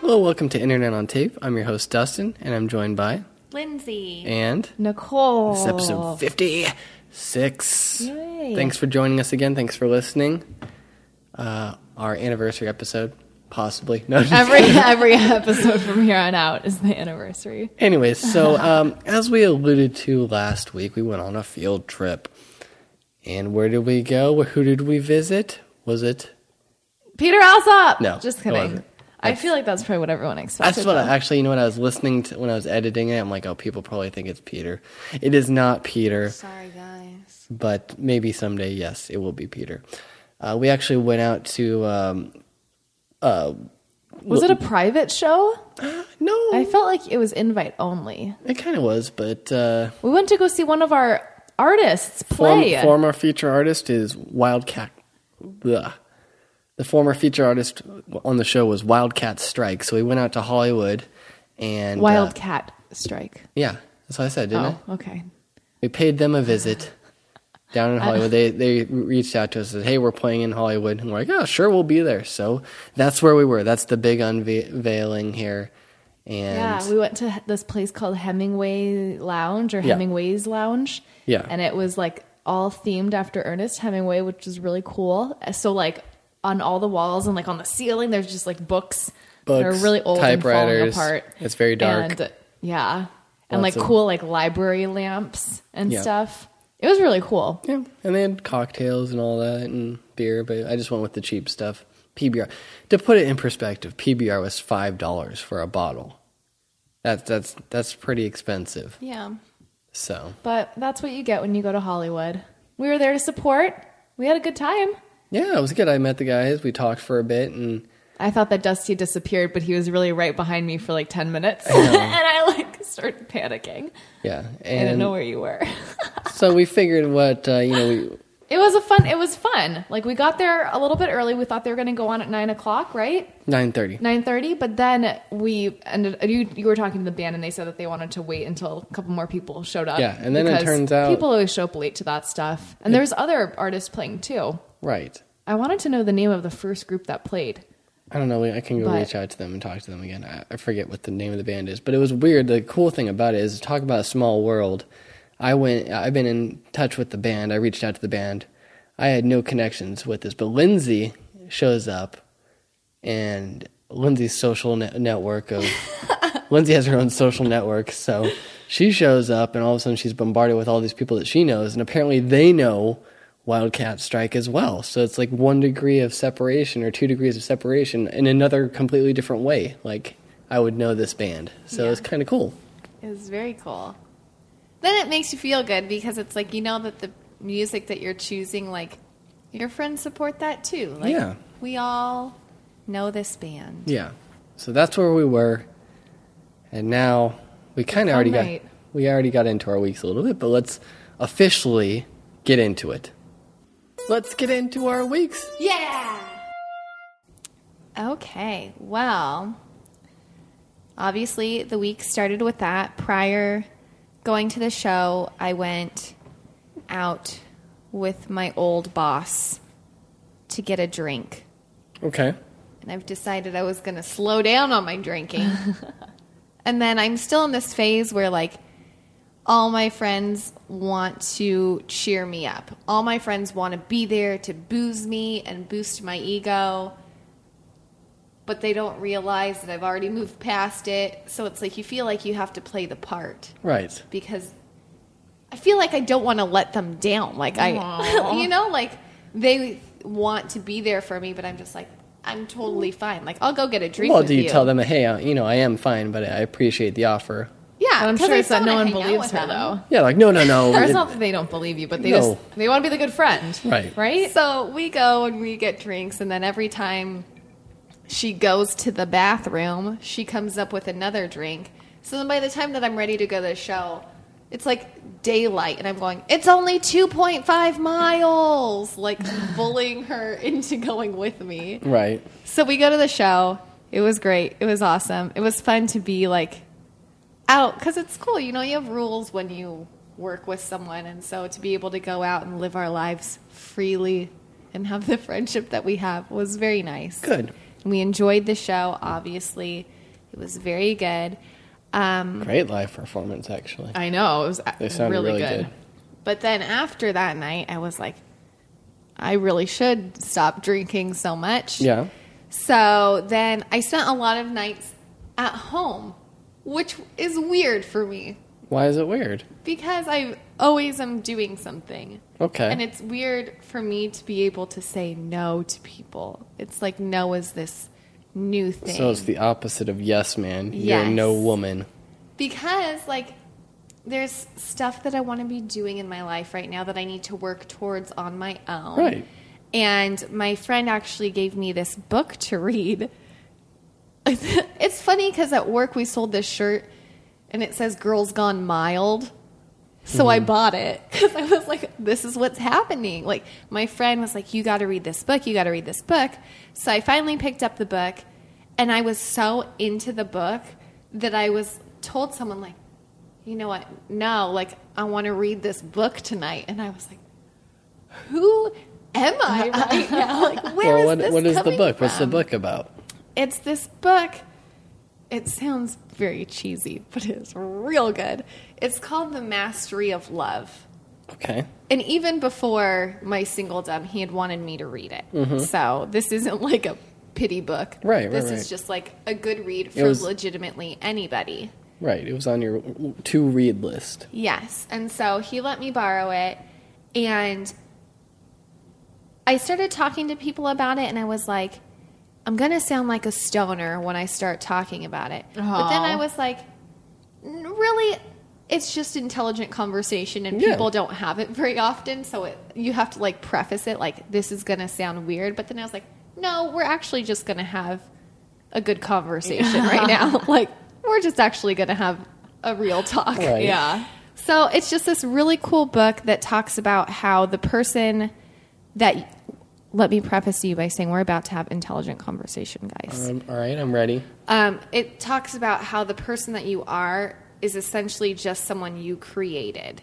Hello, welcome to Internet on Tape. I'm your host, Dustin, and I'm joined by Lindsay. and Nicole. this is episode 56. Yay. Thanks for joining us again. Thanks for listening. Uh, our anniversary episode, possibly. No, just- Every every episode from here on out is the anniversary. Anyways, so um, as we alluded to last week, we went on a field trip. And where did we go? Who did we visit? Was it? Peter Alsop. No, just it kidding. wasn't. I feel like that's probably what everyone expected. That's what I though. actually, you know, when I was listening to, when I was editing it, I'm like, oh, people probably think it's Peter. It is not Peter. Sorry, guys. but maybe someday, yes, it will be Peter. Uh, we actually went out to um, Was it a private show? no, I felt like it was invite only. it kind of was, but uh, We went to go see one of our artists form, play. former feature artist is Wildcat. Ugh. The former feature artist on the show was Wildcat Strike, so we went out to Hollywood and uh, Wildcat Strike. yeah, that's what I said, didn't I? Oh, okay. We paid them a visit down in Hollywood. They they reached out to us and said, "Hey, we're playing in Hollywood," and we're like, "Oh, sure, we'll be there." So that's where we were. That's the big unveiling here, and Yeah, we went to this place called Hemingway Lounge or Yeah. Hemingway's Lounge. Yeah. And it was like all themed after Ernest Hemingway, which is really cool. Uh, So like on all the walls and like on the ceiling there's just like books, that are Books, really old and typewriters. falling apart. It's very dark. And yeah. And Lots like of- cool like library lamps and Yeah. stuff. It was really cool. yeah, and they had cocktails and all that and beer, but I just went with the cheap stuff. PBR. To put it in perspective, PBR was five dollars for a bottle. That's that's that's pretty expensive. Yeah. So But that's what you get when you go to Hollywood. We were there to support. We had a good time. yeah, it was good. I met the guys. We talked for a bit and. I thought that Dusty disappeared, but he was really right behind me for like 10 minutes. and I like started panicking. Yeah, I didn't and know where you were. so we figured what uh, you know we It was a fun, it was fun. Like we got there a little bit early. We thought they were going to go on at nine o'clock, right? nine thirty. 9.30. But then we ended, you, you were talking to the band and they said that they wanted to wait until a couple more people showed up. Yeah, and then it because turns out- People always show up late to that stuff. And there's other artists playing too. Right. I wanted to know the name of the first group that played. I don't know. I can go But- reach out to them and talk to them again. I, I forget what the name of the band is, but it was weird. The cool thing about it is talk about a small world. I went. I've been in touch with the band. I reached out to the band. I had no connections with this, but Lindsay shows up, and Lindsay's social ne- network of Lindsay has her own social network, so she shows up, and all of a sudden she's bombarded with all these people that she knows, and apparently they know Wildcat Strike as well. So it's like one degree of separation or two degrees of separation in another completely different way. Like I would know this band, so it's kind of cool. It was very cool. Then it makes you feel good because it's like you know that the music that you're choosing, like your friends support that too. Like, Yeah. we all know this band. Yeah. So that's where we were, and now we kind of already night. got we already got into our weeks a little bit, but let's officially get into it. Let's get into our weeks. Okay, well, obviously the week started with that. Prior going to the show, I went out with my old boss to get a drink. Okay. and I've decided I was going to slow down on my drinking. and then I'm still in this phase where like all my friends want to cheer me up. All my friends want to be there to booze me and boost my ego. But they don't realize that I've already moved past it. So it's like you feel like you have to play the part Right. because I feel like I don't want to let them down. Like I, you know, like they want to be there for me, but I'm just like I'm totally fine. Like I'll go get a drink. Well, with do you, tell them, hey, I, you know, I am fine, but I appreciate the offer? Yeah, But I'm 'cause sure I it's that still no wanna one hang out believes with her them. though. Yeah, like no, no, no. Or it's It- not that they don't believe you, but they No. just they want to be the good friend, Right. Right? So we go and we get drinks, and then every time she goes to the bathroom, she comes up with another drink. So then by the time that I'm ready to go to the show, it's like daylight, and I'm going, it's only 2.5 miles, like bullying her into going with me. Right. So we go to the show. It was great. It was awesome. It was fun to be like out because it's cool. You know, you have rules when you work with someone. And so to be able to go out and live our lives freely and have the friendship that we have was very nice. Good. We enjoyed the show, obviously. It was very good. Um, Great live performance, Uh, actually. I know it was They sounded really, really good. good. but then after that night, I was like, I really should stop drinking so much. Yeah. So then I spent a lot of nights at home, which is weird for me Why is it weird? because I always am doing something. Okay. And it's weird for me to be able to say no to people. It's like no is this new thing. so it's the opposite of yes man. You're Yes. no woman. because like there's stuff that I want to be doing in my life right now that I need to work towards on my own. Right. And my friend actually gave me this book to read. it's funny because at work we sold this shirt and it says Girls Gone Mild. So I Mm-hmm. bought it because I was like, this is what's happening. Like, my friend was like, you got to read this book. You got to read this book. So I finally picked up the book and I was so into the book that I was told someone, like, you know what? No, like, I want to read this book tonight. And I was like, who am I right now? Like, where well, is what, this what is the coming book? What's the from? book about? It's this book. It sounds very cheesy, but it's real good. It's called The Mastery of Love. Okay. And even before my singledom, he had wanted me to read it. So this isn't like a pity book. Mm-hmm. Right, right, This right. is just like a good read It for was- legitimately anybody. Right. It was on your to read list. Yes. And so he let me borrow it. And I started talking to people about it. And I was like, I'm going to sound like a stoner when I start talking about it. But then Aw. I was like, "N- really? It's just intelligent conversation, and Yeah. people don't have it very often. So it, you have to like preface it like, this is going to sound weird. But then I was like, no, we're actually just going to have a good conversation right now. like, we're just actually going to have a real talk. Right. Yeah. So it's just this really cool book that talks about how the person that let me preface you by saying we're about to have intelligent conversation, guys. Um, all right. I'm ready. Um, it talks about how the person that you are is essentially just someone you created.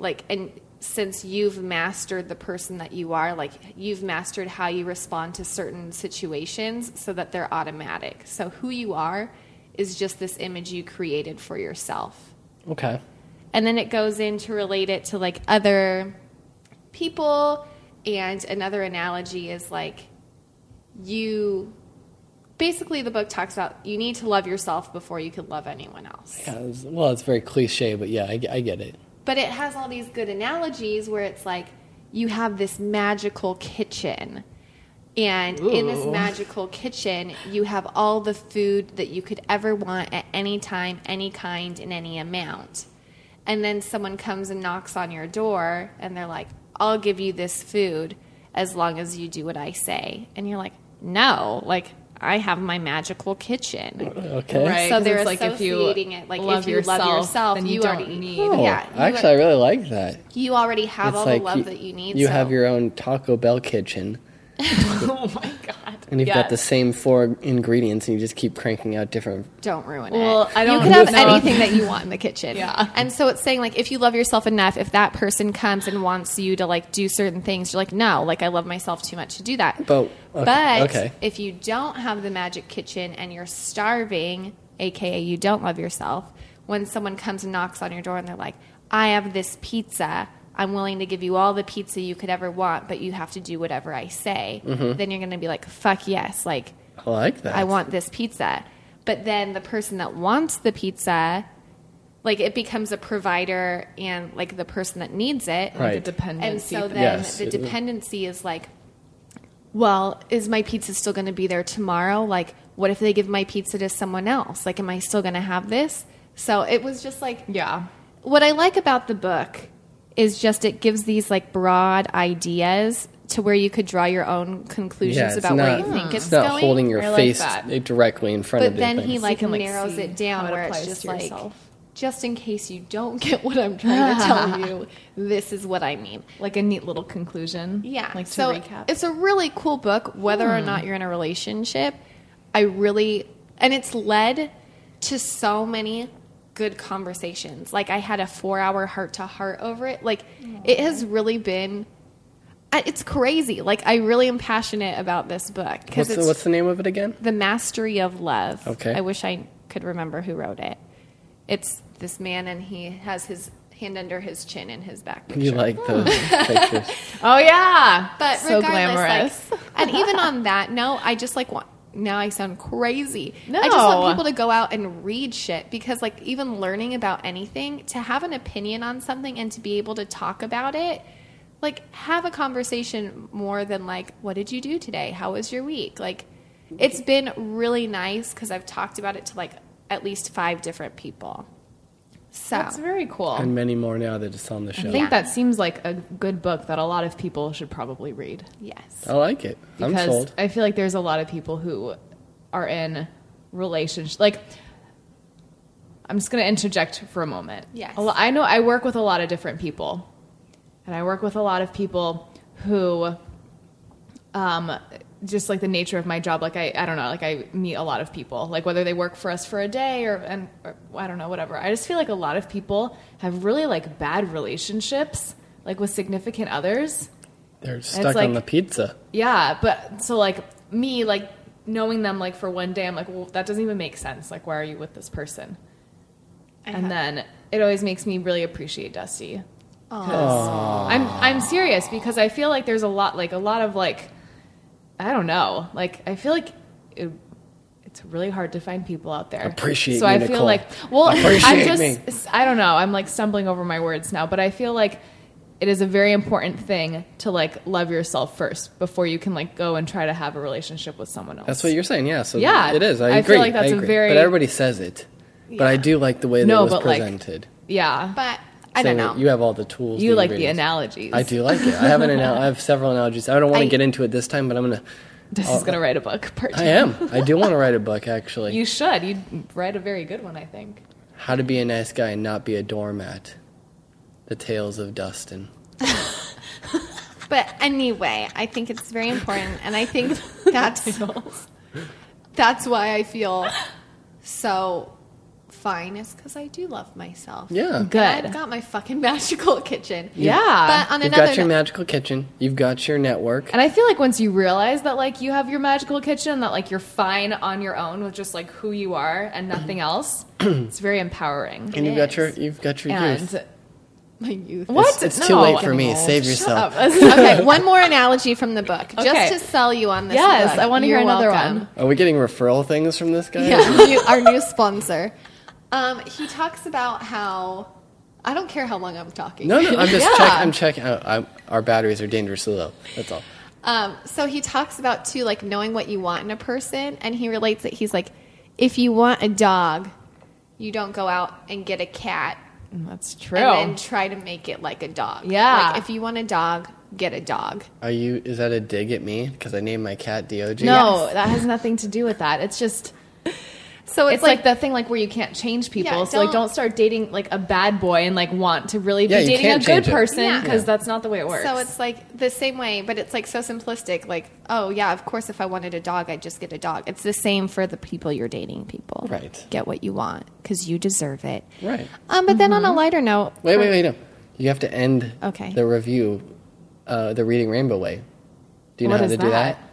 Like, and since you've mastered the person that you are, like, you've mastered how you respond to certain situations so that they're automatic. So, who you are is just this image you created for yourself Okay. and then it goes in to relate it to like other people and another analogy is like you basically the book talks about you need to love yourself before you can love anyone else Yeah, it's- well, it's very cliche, but yeah, I, ge- I get it. but it has all these good analogies where it's like you have this magical kitchen and in this Ooh. magical kitchen you have all the food that you could ever want at any time any kind in any amount and then someone comes and knocks on your door and they're like i'll give you this food as long as you do what i say and you're like no like i have my magical kitchen Okay. Right. so 'cause they're it's like if you associating it like love if you love yourself, yourself then you, you don't already need- Oh, yeah you actually, I really like that. you already have It's all like the love that you need. You so- have your own Taco Bell kitchen, oh my god. and you've got the Yes. same four ingredients, and you just keep cranking out different. Don't ruin Well, it. I you don't could have know if- anything that you want in the kitchen. Yeah. And so it's saying like if you love yourself enough, if that person comes and wants you to like do certain things, you're like, no, like I love myself too much to do that. But okay, but okay. if you don't have the magic kitchen and you're starving, aka you don't love yourself, when someone comes and knocks on your door and they're like, I have this pizza. I'm willing to give you all the pizza you could ever want, but you have to do whatever I say. Mm-hmm. Then you're going to be like, fuck yes. Like, I like that. I want this pizza. But then the person that wants the pizza, like it becomes a provider and like the person that needs it. Right. The And dependency. so thing. then Yes. the dependency is like, well, is my pizza still going to be there tomorrow? Like, what if they give my pizza to someone else? Like, am I still going to have this? So it was just like, yeah. what I like about the book is just it gives these like broad ideas to where you could draw your own conclusions yeah, it's about not, where you think it's, not going. holding your I like face that. directly in front of But the then thing. he like can, like, narrows see it down how it where it's applies just to like, yourself. just in case you don't get what I'm trying to tell you, this is what I mean. Like a neat little conclusion. Yeah. Like to so recap. Hmm. it's a really cool book, whether or not you're in a relationship. I really, and it's led to so many good conversations. Like I had a four hour heart to heart over it. Like it has really been. I- it's crazy. Like I really am passionate about this book because What's it's the, what's the name of it again? the Mastery of Love. Okay. I wish I could remember who wrote it. It's this man, and he has his hand under his chin in his back. You picture. like those pictures? Oh yeah, but so regardless, glamorous. like, and even on that note, I just like want. Now I sound crazy. No. I just want people to go out and read shit because, like, even learning about anything, to have an opinion on something and to be able to talk about it, like, have a conversation more than like, what did you do today? How was your week? Like, it's been really nice because I've talked about it to like at least five different people. So That's very cool. and many more now that it's on the I show. think that seems like a good book that a lot of people should probably read yes, I like it. I'm because sold. I feel like there's a lot of people who are in relationship like I'm just going to interject for a moment. Yes. A lo- I know I work with a lot of different people. And I work with a lot of people who um just like the nature of my job like I I don't know, like I meet a lot of people. Like whether they work for us for a day or and or, I don't know whatever. I just feel like a lot of people have really like bad relationships like with significant others. They're stuck on like- the pizza. Yeah, but so like me, like knowing them like for one day, I'm like, well, that doesn't even make sense. Like, why are you with this person? I and have- then it always makes me really appreciate Dusty. 'Cause I'm I'm serious because I feel like there's a lot like a lot of like I don't know like I feel like it, it's really hard to find people out there. Appreciate so me, I Nicole. feel like well Appreciate I'm just me. I don't know I'm like stumbling over my words now, but I feel like it is a very important thing to like love yourself first before you can like go and try to have a relationship with someone else. That's what you're saying, yeah. So Yeah, it is. I, I agree. feel like that's a agree. very- But everybody says it. But I do like the way that No, it was but, like, presented. yeah. but I don't Saying know. that You have all the tools. you the like the ingredients. analogies. I do like it. I have an anal- I have several analogies. I don't want I- to get into it this time, but I'm gonna. This Oh, is gonna write a book. Part I two. am. I do want to write a book actually. You should. You'd write a very good one, I think. How to be a nice guy and not be a doormat. The tales of Dustin. But anyway, I think it's very important, and I think that's that's why I feel so fine is because I do love myself. Yeah. Good. I've got my fucking magical kitchen. Yeah. But on You've another, got your no- magical kitchen. You've got your network. and I feel like once you realize that like you have your magical kitchen, that like you're fine on your own with just like who you are and nothing else, it's very empowering. And you've got is. your you've got your And youth. my youth. what? it's too late for me. Save Shut yourself. up. okay, one more analogy from the book, Okay. just to sell you on this. Yes, book. I wanna hear You're another welcome. one. Are we getting referral things from this guy? Yeah, you- our new sponsor. Um, he talks about how I don't care how long I'm talking. No, no. I'm just Yeah. check. I'm checking. out. I'm, our batteries are dangerously low. That's all. Um, so he talks about too, like knowing what you want in a person, and he relates it. He's like, if you want a dog, you don't go out and get a cat That's true. and then try to make it like a dog. Yeah. Like if you want a dog, get a dog. Are you? Is that a dig at me? Because I named my cat Dog. no, that has nothing to do with that. It's just So it's, it's, like, the thing like where you can't change people. Yeah, so like don't- don't start dating like a bad boy and like want to really Yeah, be you dating a can't good change it. person Yeah. because Yeah. that's not the way it works. so it's like the same way, but it's like so simplistic. Like, oh yeah, of course, if I wanted a dog, I'd just get a dog. It's the same for the people you're dating. People, Right. Get what you want because you deserve it. Right. Um, but then on a Mm-hmm. lighter note, Wait, for- wait, wait. No. You have to end. Okay. The review, uh, the reading Rainbow Way. Do you know What how is to do that? that?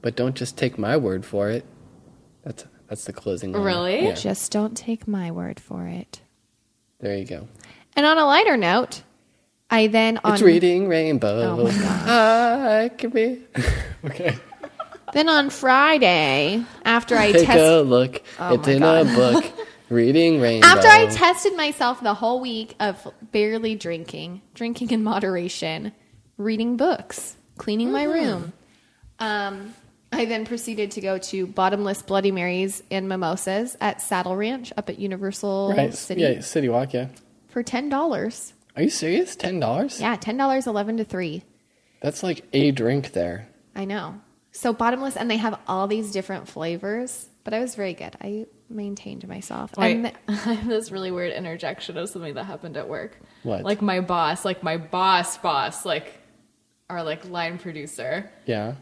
But don't just take my word for it. That's that's the closing. line. Really? Yeah. Just don't take my word for it. There you go. And on a lighter note, I then on It's reading Rainbow. Oh my I can be. okay. then on Friday after I Take a test look. Oh it's my in a book. reading Rainbow. after I tested myself the whole week of barely drinking, drinking in moderation, reading books, cleaning my Mm-hmm. room. Um, I then proceeded to go to bottomless Bloody Marys and mimosas at Saddle Ranch up at Universal right. City Yeah, City Walk. Yeah. for ten dollars. Are you serious? Ten dollars? Yeah, ten dollars, eleven to three. That's like a drink there. I know. So bottomless, and they have all these different flavors. But I was very good. I maintained myself. Wait, And th- I have this really weird interjection of something that happened at work. What? Like my boss, like my boss, boss, like our like line producer Yeah.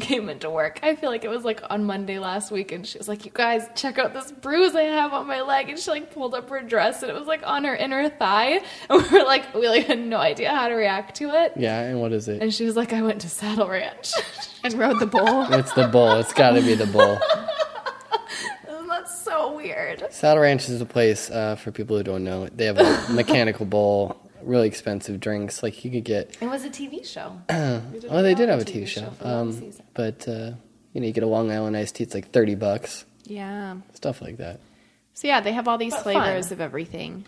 came into work. I feel like it was like on Monday last week, and she was like, "You guys, check out this bruise I have on my leg." And she like pulled up her dress, and it was like on her inner thigh, and we were like, we like had no idea how to react to it. Yeah, and what is it? And she was like, "I went to Saddle Ranch." and rode the bull. It's the bull. It's got to be the bull. Isn't that so weird? Saddle Ranch is a place uh, for people who don't know. They have a mechanical bull, really expensive drinks. Like you could get. It was a TV show. Oh, they did have a TV show. Um, but uh, you know, you get a Long Island iced tea. It's like thirty bucks. Yeah. Stuff like that. So yeah, they have all these But fun. flavors of everything,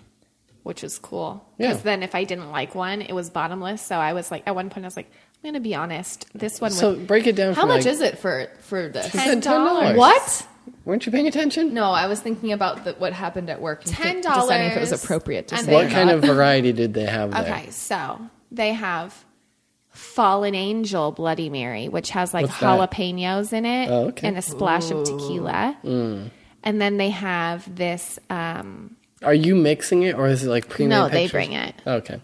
which is cool. Because Yeah. then if I didn't like one, it was bottomless. So I was like, at one point, I was like, I'm gonna be honest. This one. So with break it down. how from, much like, is it for for this? Ten dollars. what? Weren't you paying attention? No, I was thinking about the, what happened at work. and think- $10 deciding if it was appropriate to and say. they What kind of variety did they have there? Okay, so they have Fallen Angel Bloody Mary, which has like What's that? jalapenos in it Oh, okay. Mm. and a splash of tequila. And then they have this. Um, Are you mixing it, or is it like pre-made? no, they pictures? bring it. Okay.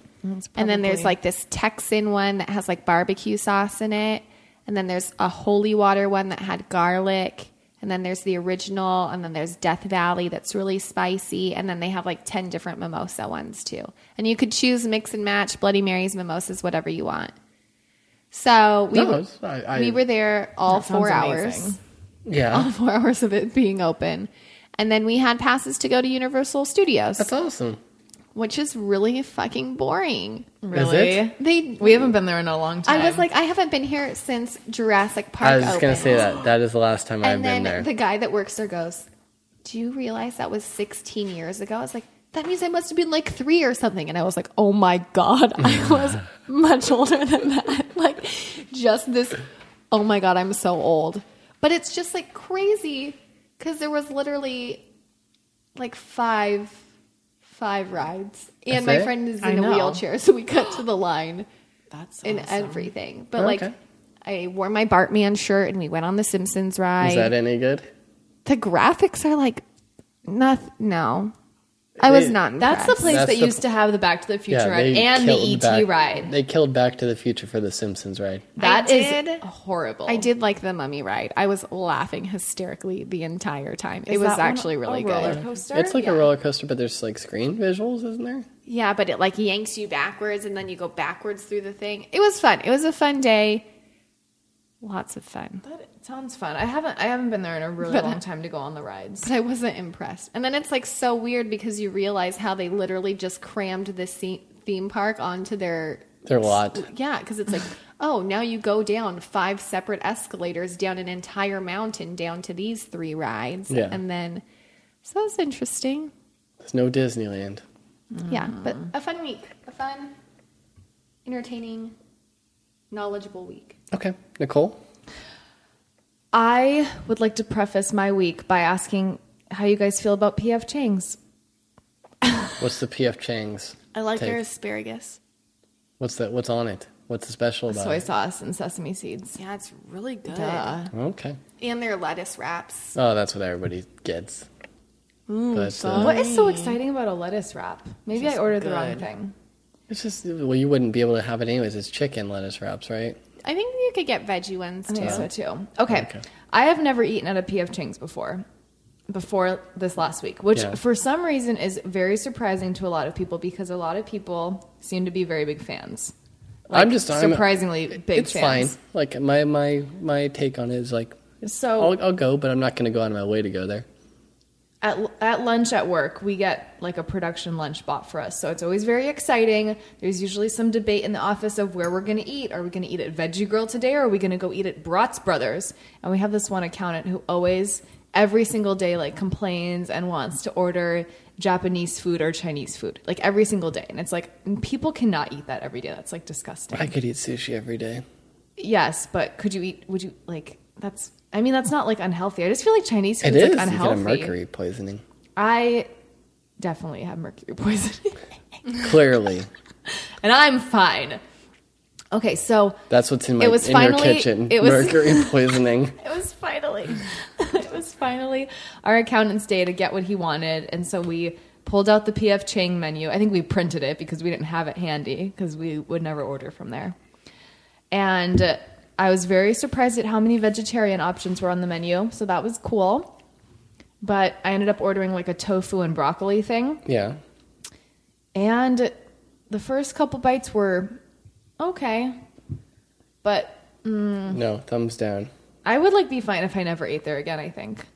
And then there's like this Texan one that has like barbecue sauce in it. And then there's a holy water one that had garlic. And then there's the original. And then there's Death Valley that's really spicy. And then they have like 10 different mimosa ones too. And you could choose mix and match Bloody Marys, mimosas, whatever you want. So we, No, were- it's- I- I- we were there all That sounds four hours amazing. Yeah, four hours of it being open. And then we had passes to go to Universal Studios, that's awesome. which is really fucking boring. really. it? They We haven't been there in a long time. I was like, I haven't been here since Jurassic Park. I was just gonna opened. say that. That is the last time I've And been then there. the guy that works there goes, "Do you realize that was 16 years ago?" I was like, "That means I must have been like three or something." And I was like, "Oh my god, I was much older than that." Like, just this. Oh my god, I'm so old. But it's just like crazy because there was literally like five five rides, and That's my it? friend is I in a know. wheelchair, so we cut to the line that's in everything. But like, Okay. I wore my Bartman shirt and we went on the Simpsons ride. Is that any good? The graphics are like, nothing. No, I was They- not. That's the impressed. place That's that the- used to have the Back to the Future Yeah, ride they and the killed ET Back- ride. They killed Back to the Future for the Simpsons ride. That I is did- horrible. I did like the Mummy ride. I was laughing hysterically the entire time. it Is was that one actually a really roller good. coaster? It's like Yeah. a roller coaster, but there's like screen visuals, isn't there? Yeah, but it like yanks you backwards and then you go backwards through the thing. It was fun. It was a fun day. Lots of fun. That sounds fun. I haven't I haven't been there in a really But- long time to go on the rides. But I wasn't impressed. And then it's like so weird because you realize how they literally just crammed this se- theme park onto their They're a lot. Yeah, because it's like, oh, now you go down five separate escalators down an entire mountain down to these three rides. Yeah. And then, so it's interesting. There's no Disneyland. Yeah, but a fun week, a fun, entertaining, knowledgeable week. Okay, Nicole. I would like to preface my week by asking how you guys feel about PF Chang's. What's the PF Chang's? I like their take? asparagus. What's the What's on it? What's the special about Soy it? sauce and sesame seeds. Yeah, it's really good. Duh. Okay. And their lettuce wraps. Oh, that's what everybody gets. but uh, What is so exciting about a lettuce wrap? Maybe I ordered the wrong good. thing. it's just well, you wouldn't be able to have it anyways. It's chicken lettuce wraps, right? I think you could get veggie ones I too. think so too. Okay. Okay. I have never eaten at a PF Chang's before, before this last week, which Yeah. for some reason is very surprising to a lot of people because a lot of people seem to be very big fans. I'm just I'm- surprisingly big It's fans. fine. Like my my my take on it is like So I'll I'll go, but I'm not going to go out of my way to go there. at, at lunch at work, we get like a production lunch bought for us. So it's always very exciting. There's usually some debate in the office of where we're going to eat. Are we going to eat at Veggie Grill today or are we going to go eat at Bratz Brothers? And we have this one accountant who always, every single day, like complains and wants to order Japanese food or Chinese food, like every single day. And it's like, people cannot eat that every day. That's like disgusting. I could eat sushi every day. Yes, but could you eat, would you like, that's, I mean, that's not like unhealthy. I just feel like Chinese It food's is. like you get a unhealthy. mercury poisoning. I definitely have mercury poisoning, Clearly, and I'm fine. Okay, so that's what's in my It was in your finally- kitchen. it was- mercury poisoning. it was finally, it was finally our accountant's day to get what he wanted, and so we pulled out the PF Chang menu. I think we printed it because we didn't have it handy because we would never order from there. And I was very surprised at how many vegetarian options were on the menu, so that was cool. But I ended up ordering like a tofu and broccoli thing, Yeah. and the first couple bites were okay, but Mm. No, thumbs down. I would like be fine if I never ate there again. I think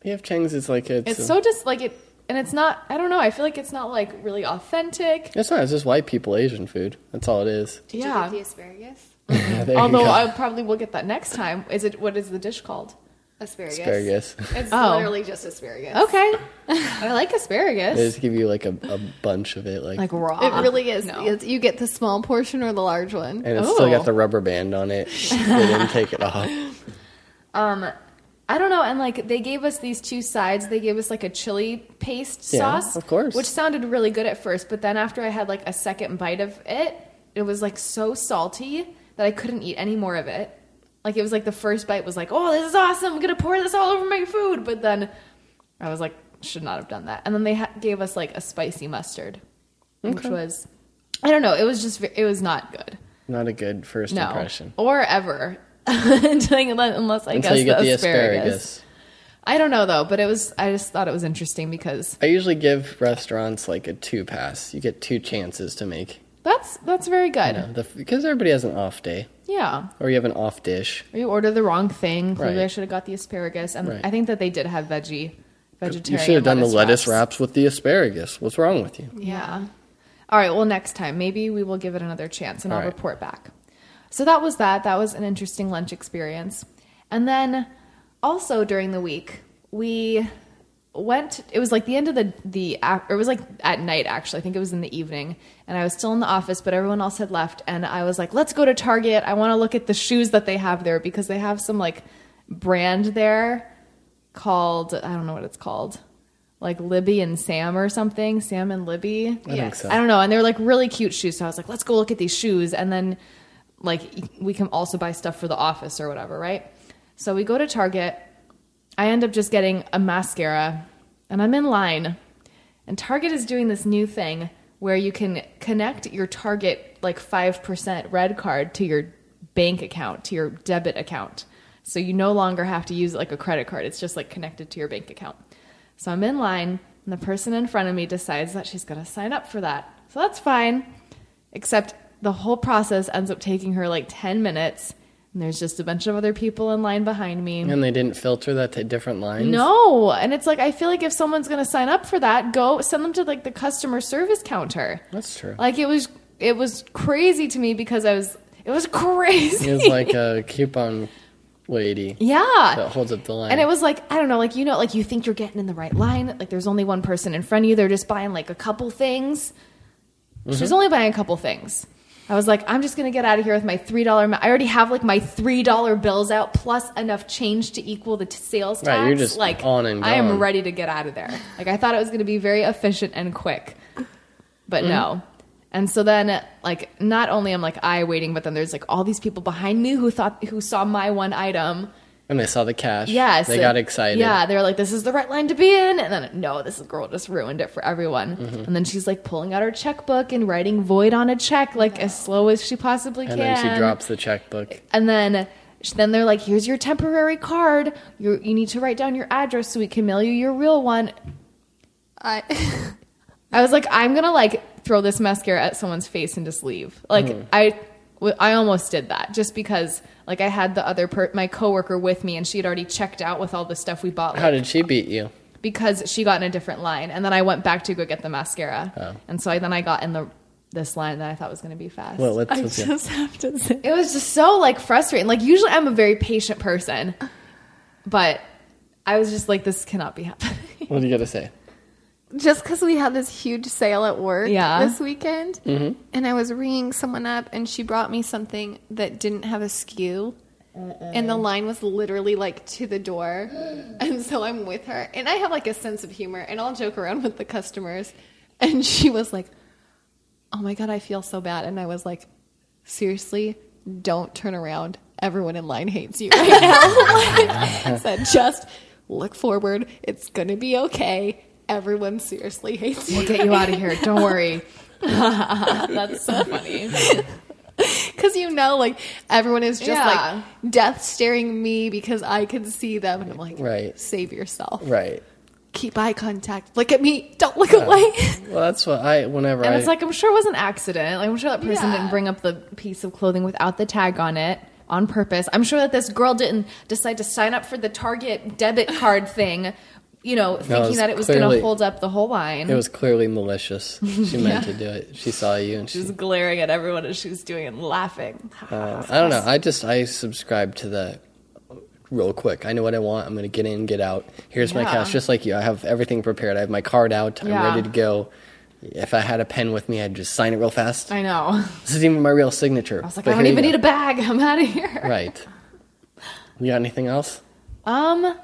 P.F. Chang's is like it's. it's a- so just like it, and it's not. I don't know. I feel like it's not like really authentic. it's not. It's just white people Asian food. That's all it is. Did yeah. you get the asparagus? There you Although go. I probably will get that next time. Is it what is the dish called? Asparagus. asparagus. It's Oh. literally just asparagus. Okay, I like They asparagus. just give you like a, a bunch of it, like, Like raw. Oh. It really is. No. It's- you get the small portion or the large one. and it's still Oh. got the rubber band on it. they didn't take it off. Um, I don't know. And like they gave us these two sides. They gave us like a chili paste Yeah, sauce, of course. which sounded really good at first. But then after I had like a second bite of it, it was like so salty that I couldn't eat any more of it. Like it was like the first bite was like, oh, this is awesome. I'm gonna pour this all over my food. But then I was like, should not have done that. And then they ha- gave us like a spicy mustard, which was, I don't know. It was just ve- it was not good. Not a good first No, impression. or ever. Until- Unless I Until guess you get the the asparagus. asparagus. I don't know though, but it was. I just thought it was interesting because I usually give restaurants like a two pass. You get two chances to make. that's that's very good. You know, Uh, the, because everybody has an off day Yeah, or you have an off dish. or you order the wrong thing. Clearly, Right. I should have got the asparagus, and Right. I think that they did have veggie, You vegetarian. should have done the lettuce wraps. wraps. with the asparagus. What's wrong with you? Yeah. All right. Well, next time maybe we will give it another chance, and All I'll right. report back. So that was that. That was an interesting lunch experience, and then also during the week we went. It was like the end of the the. a- Or it was like at night actually. I think it was in the evening, and I was still in the office, but everyone else had left, and I was like, "Let's go to Target. I want to look at the shoes that they have there because they have some like brand there called I don't know what it's called." Like Libby and Sam or something, Sam and Libby. I think so. I don't know. And they were like really cute shoes. So I was like, let's go look at these shoes. And then, like, we can also buy stuff for the office or whatever, right? So we go to Target. I end up just getting a mascara and I'm in line. And Target is doing this new thing where you can connect your Target, like, 5% red card to your bank account, to your debit account. So you no longer have to use it like a credit card. It's just like connected to your bank account. So I'm in line, and the person in front of me decides that she's going to sign up for that. So that's fine. Except the whole process ends up taking her like 10 minutes, and there's just a bunch of other people in line behind me. And they didn't filter that to different lines. No, and it's like I feel like if someone's going to sign up for that, go send them to like the customer service counter. That's true. Like it was it was crazy to me because I was it was crazy. It was like a coupon lady yeah. that holds up the line. And it was like, I don't know, like, you know, like you think you're getting in the right line. Like, there's only one person in front of you. They're just buying like a couple things. She Mm-hmm. was only buying a couple things. I was like, I'm just going to get out of here with my $3. ma- I already have like my $3 bills out plus enough change to equal the t- sales tax. Right, you're just like, on and I am gone. ready to get out of there. Like, I thought it was going to be very efficient and quick but Mm-hmm. no. And so then, like, not only am like I waiting, but then there's like all these people behind me who thought who saw my one item. and they saw the cash. Yes, They got excited. Yeah, they were like, "This is the right line to be in," and then no, this girl just ruined it for everyone. Mm-hmm. And then she's like pulling out her checkbook and writing void on a check, like as slow as she possibly And can. then she drops the checkbook. And then sh- then they're like, "Here's your temporary card. You you need to write down your address so we can mail you your real one." I, I was like, I'm gonna like throw this mascara at someone's face and just leave. Like Mm-hmm. I, w- I almost did that just because like I had the other per- my coworker with me and she had already checked out with all the stuff we bought How like, did she beat you? because she got in a different line and then I went back to go get the mascara Oh. and so I, then I got in the this line that I thought was gonna be fast. Well, let's, I let's just have to say. it was just so like frustrating. Like usually I'm a very patient person, but I was just like, this cannot be happening. what do you got to say? just because we had this huge sale at work Yeah. this weekend, and I was ringing someone up, and she brought me something that didn't have a skew, and the line was literally like to the door, and so I'm with her, and I have like a sense of humor, and I'll joke around with the customers, and she was like, "Oh my god, I feel so bad," and I was like, "Seriously, don't turn around." Everyone in line hates you right now. Like, said just look forward. It's gonna be okay. Everyone seriously hates you. We'll get you out of here. Don't worry. That's so funny. Because you know, like, everyone is just Yeah. like death staring me because I can see them. And I'm like, Right. save yourself. Right. Keep eye contact. Look at me. Don't look away. Well, that's what I. Whenever And I, it's like I'm sure it was an accident. Like, I'm sure that person Yeah. didn't bring up the piece of clothing without the tag on it on purpose. I'm sure that this girl didn't decide to sign up for the Target debit card thing, you know, thinking was that it was going clearly- to hold up the whole line. it was clearly malicious. She meant to do it. She saw you, and she. She's glaring at everyone as she's doing and laughing. Uh, I don't know. I just I subscribe to the real quick. I know what I want. I'm gonna get in, get out. Here's my Yeah. couch, just like you. I have everything prepared. I have my card out. I'm Yeah. ready to go. If I had a pen with me, I'd just sign it real fast. I know. this isn't even my real signature. I was like, I don't even need a bag. I'm out of here. Right. You got anything else? Um,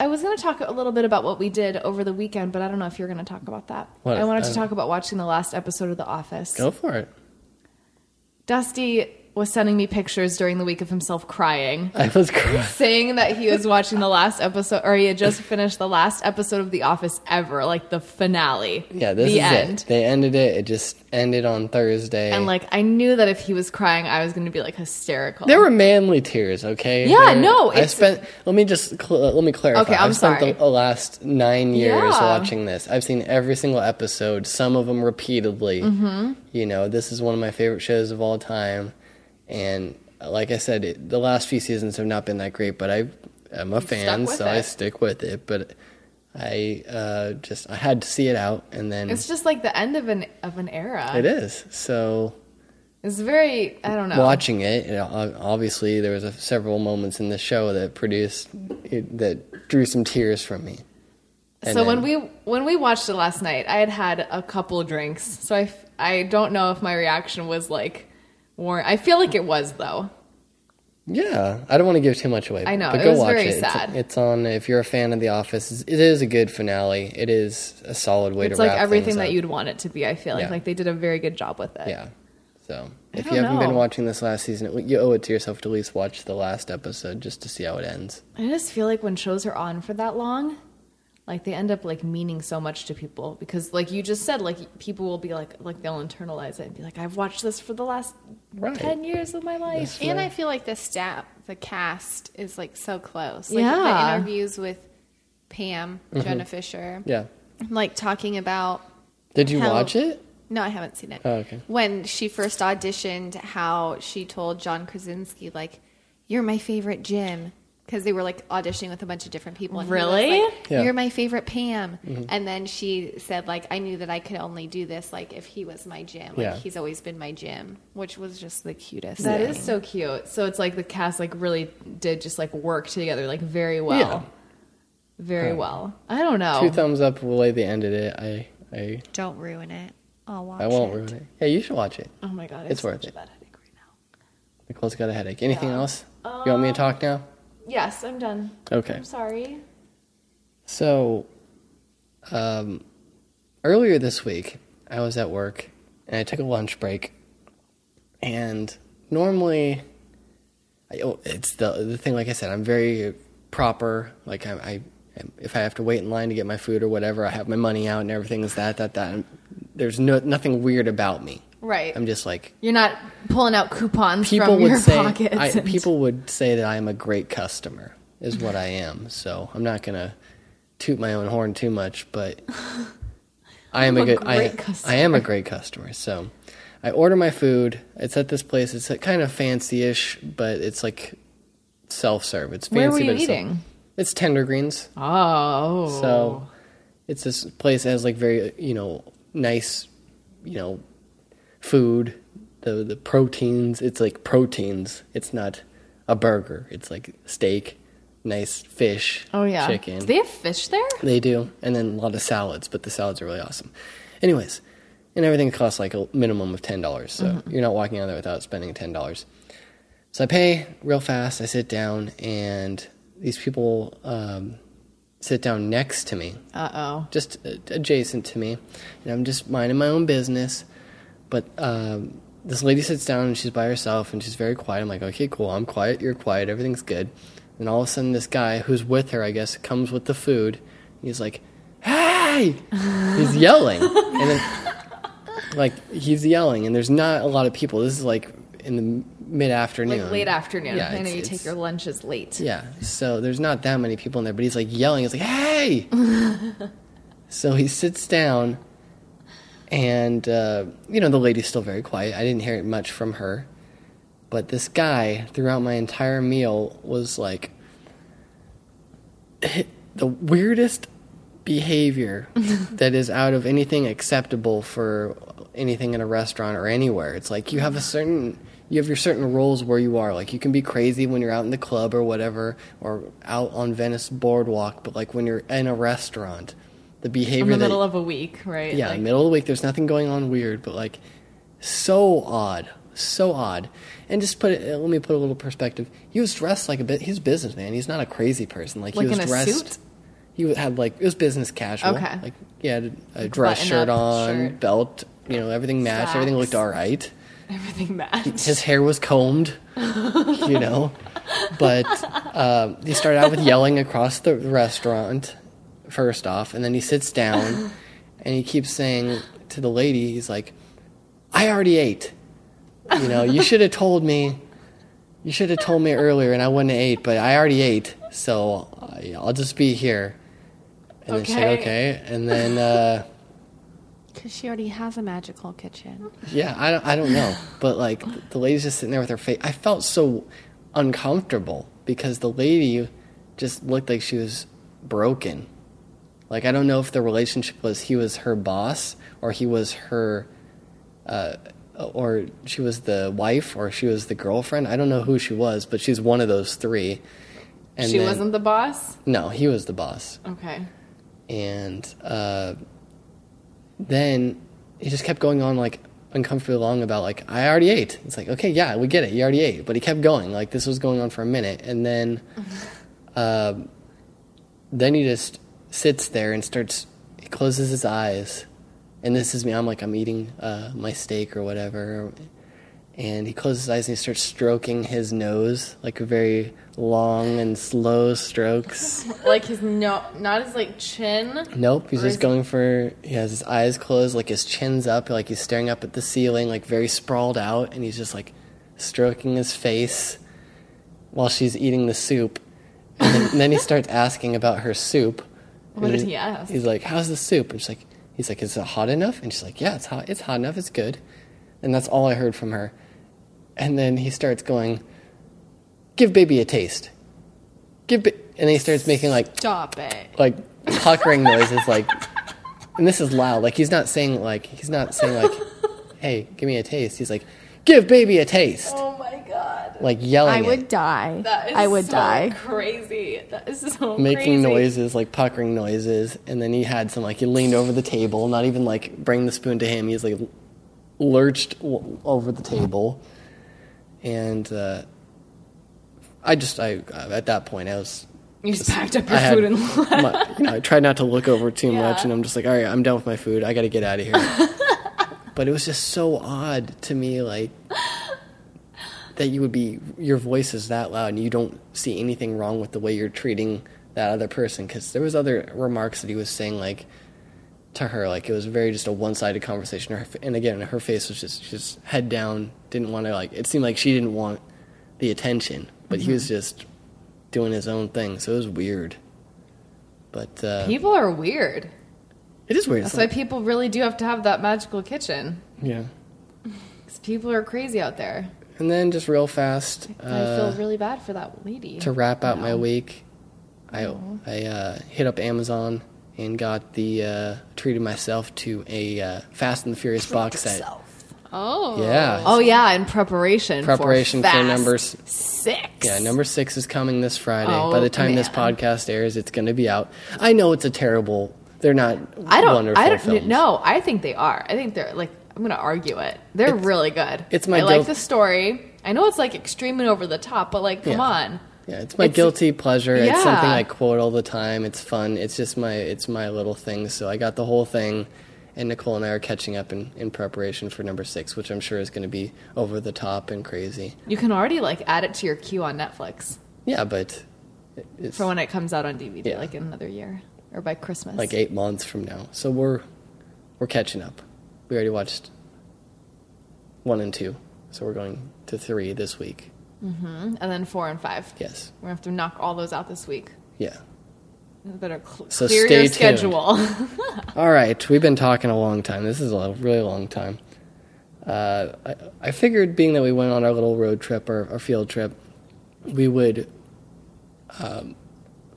I was going to talk a little bit about what we did over the weekend, but I don't know if you're going to talk about that. What? I wanted Uh, Oh. to talk about watching the last episode of The Office. Go for it. Dusty was sending me pictures during the week of himself crying, I was crying. saying that he was watching the last episode, or he had just finished the last episode of The Office ever, like the finale. Yeah, this the is end. it. They ended it. It just ended on Thursday. And like, I knew that if he was crying, I was going to be like hysterical. There were manly tears, okay? Yeah, There- no, I it's- spent. Let me just cl- uh, let me clarify. Okay, I'm I've spent sorry. the uh, last nine years Yeah. watching this. I've seen every single episode, some of them repeatedly. Mm-hmm. You know, this is one of my favorite shows of all time, and uh, like I said, it, the last few seasons have not been that great, but I am a fan, with so I it. stick with it. But I uh, just I had to see it out, and then it's just like the end of an of an era. it is so. It's very I don't know. watching it, you know, ob- obviously there was a, several moments in the show that produced it, that drew some tears from me. And so when then- we when we watched it last night, I had had a couple drinks, so I f- I don't know if my reaction was like warm. I feel like it was though. yeah, I don't want to give too much away. I know, but it go was watch very it. It's- sad. It's, on. If you're a fan of The Office, it is a good finale. It is a solid way It's to like wrap everything things that up. you'd want it to be. I feel like Yeah. like they did a very good job with it. Yeah. So I if don't you haven't been know. watching this last season, it- you owe it to yourself to at least watch the last episode just to see how it ends. I just feel like when shows are on for that long, like they end up like meaning so much to people because like you just said, like people will be like like they'll internalize it and be like, I've watched this for the last Right. ten years of my life. And I feel like the staff, the cast is like so close. Like Yeah. the interviews with Pam, Jonah Fisher, Mm-hmm. Yeah. like talking about. Did you How- watch it? No, I haven't seen it. Oh, okay. When she first auditioned, how she told John Krasinski, like, "You're my favorite Jim," because they were like auditioning with a bunch of different people. And he was Really? like, Yeah. Mm-hmm. You're my favorite Pam. And then she said, like, I knew that I could only do this, like, if he was my Jim. Like, Yeah. he's always been my Jim, which was just the cutest. That thing. is so cute. So it's like the cast like really did just like work together like very well. Yeah. Very Yeah. well. I don't know. Two thumbs up. Will they the end of it? I I Don't ruin it. I'll watch I won't ruin it. Yeah, you should watch it. oh my god, I It's have worth such a it. bad headache right now. Nicole's got a headache. Anything else? you want me to talk now? Um, Yes, I'm done. Okay. I'm sorry. So, um, earlier this week, I was at work and I took a lunch break. And normally, I, oh, it's the the thing. Like I said, I'm very proper. Like I, I, if I have to wait in line to get my food or whatever, I have my money out and everything's that that that. And there's no nothing weird about me. Right. I'm just like You're not pulling out coupons people from would your say pockets. I, and- people would say that I am a great customer is what I am. So I'm not gonna toot my own horn too much, but I am I'm a, a good I, great customer. I am a great customer. So I order my food. It's at this place. It's kind of fancy-ish, but it's like self-serve. It's fancy. Where were you but it's self- eating? It's Tender Greens. Oh. So it's this place that has like very you know nice you know food the the proteins it's like proteins it's not a burger it's like steak nice fish Oh yeah. chicken Do they have fish there? they do, and then a lot of salads, but the salads are really awesome. Anyways, and everything costs like a minimum of ten dollars, so you're not walking out of there without spending ten dollars. So I pay real fast. I sit down, and these people um, sit down next to me, Uh oh. just uh, adjacent to me, and I'm just minding my own business. But um, this lady sits down and she's by herself and she's very quiet. I'm like, okay, cool. I'm quiet. You're quiet. Everything's good. And all of a sudden, this guy who's with her, I guess, comes with the food. And he's like, hey! He's yelling. and then Like he's yelling, and there's not a lot of people. This is like in the mid afternoon, Like late afternoon. Yeah, I know it's- you it's- take your lunches late. Yeah, so there's not that many people in there, but he's like yelling. He's like, "Hey!" so he sits down, and uh, you know the lady's still very quiet. I didn't hear it much from her, but this guy throughout my entire meal was like the weirdest behavior that is out of anything acceptable for anything in a restaurant or anywhere. It's like you have a certain you have your certain roles where you are. Like you can be crazy when you're out in the club or whatever or out on Venice boardwalk, but like when you're in a restaurant, the In behavior the that middle of a week, right? yeah, Like, middle of the week. There's nothing going on weird, but like so odd, so odd. And just put it. uh, Let me put a little perspective. He was dressed like a bit. He's a businessman. He's not a crazy person. Like, Like he was in a dressed. suit? He had like it was business casual. Okay. Like he had a dress button shirt up on, shirt. belt. You know everything matched. Everything Slacks. looked all right. everything matched. His hair was combed, you know. But um, he started out with yelling across the restaurant, first off, and then he sits down and he keeps saying to the lady, he's like, I already ate. You know, you should have told me. You should have told me earlier, and I wouldn't have ate. But I already ate, so I- I'll just be here. And then she's like, Okay. okay. And then, uh, Because she already has a magical kitchen. yeah, I don't, I don't know. But like the lady's just sitting there with her face. I felt so uncomfortable because the lady just looked like she was broken. Like I don't know if the relationship was he was her boss or he was her uh, or she was the wife or she was the girlfriend. I don't know who she was, but she's one of those three. And she then- wasn't the boss. No, he was the boss Okay. and uh, then he just kept going on like uncomfortably long about like I already ate. It's like okay, yeah, we get it, you already ate, but he kept going like this was going on for a minute, and then uh, then he just sits there and starts. He closes his eyes, and this is me. I'm like I'm eating uh, my steak or whatever, and he closes his eyes and he starts stroking his nose like very long and slow strokes. Like his no, not his like chin. Nope, he's Or just is- going for. He has his eyes closed, like his chin's up, like he's staring up at the ceiling, like very sprawled out, and he's just like stroking his face while she's eating the soup. And then, and then he starts asking about her soup. What And did then he ask? He's like, "How's the soup?" And she's like, "He's like, is it hot enough?" And she's like, "Yeah, it's hot. It's hot enough. It's good." And that's all I heard from her. And then he starts going, "Give baby a taste." Give, ba-, and then he starts making like Stop it. like puckering noises like and this is loud like he's not saying like he's not saying like hey give me a taste he's like give baby a taste Oh my god. like yelling I it, would die. That is I would so die. Crazy. That is so crazy. making noises like puckering noises and then he had some like he leaned over the table not even like bring the spoon to him he's like lurched w- over the table and uh, i just i at that point i was You just packed up I your had food and left. my- you know, I tried not to look over too Yeah. much, and I'm just like, all right, I'm done with my food. I got to get out of here. but it was just so odd to me, like that you would be your voice is that loud, and you don't see anything wrong with the way you're treating that other person. Because there was other remarks that he was saying, like to her, like it was very just a one sided conversation. Her, and again, her face was just just head down, didn't want to like. It seemed like she didn't want the attention, but he Mm-hmm. was just doing his own thing, so it was weird. But uh, People are weird. it is weird. It's That's why like- people really do have to have that magical kitchen. yeah. Because people are crazy out there. And then just real fast And I feel uh, really bad for that lady. to wrap out my week, I I uh, hit up Amazon and got the uh, treated myself to a uh, Fast and the Furious box set. Oh. Yeah. Oh, yeah, in preparation. Preparation for, for, fast numbers. six. Yeah, number six is coming this Friday. Oh, By the time this man. podcast airs, it's going to be out. I know it's a terrible. They're not. I don't. Wonderful I don't films. no. I think they are. I think they're like. I'm gonna argue it. They're It's- really good. it's my I like guilt- the story. I know it's like extreme and over the top, but like, come Yeah. on. Yeah, it's my It's- guilty pleasure. It's something Yeah. I quote all the time. It's fun. It's just my it's my little thing. So I got the whole thing, and Nicole and I are catching up in, in preparation for number six, which I'm sure is going to be over the top and crazy. You can already like add it to your queue on Netflix Yeah, but it- it's for when it comes out on DVD, Yeah. like in another year or by Christmas. like eight months from now, so we're we're catching up. We already watched one and two. So we're going to three this week. and then four and five. Yes. We're gonna have to knock all those out this week. Yeah. You better cl- So clear stay your tuned. schedule. All right, we've been talking a long time. This is a really long time. Uh, I, I figured, being that we went on our little road trip or our field trip, we would um,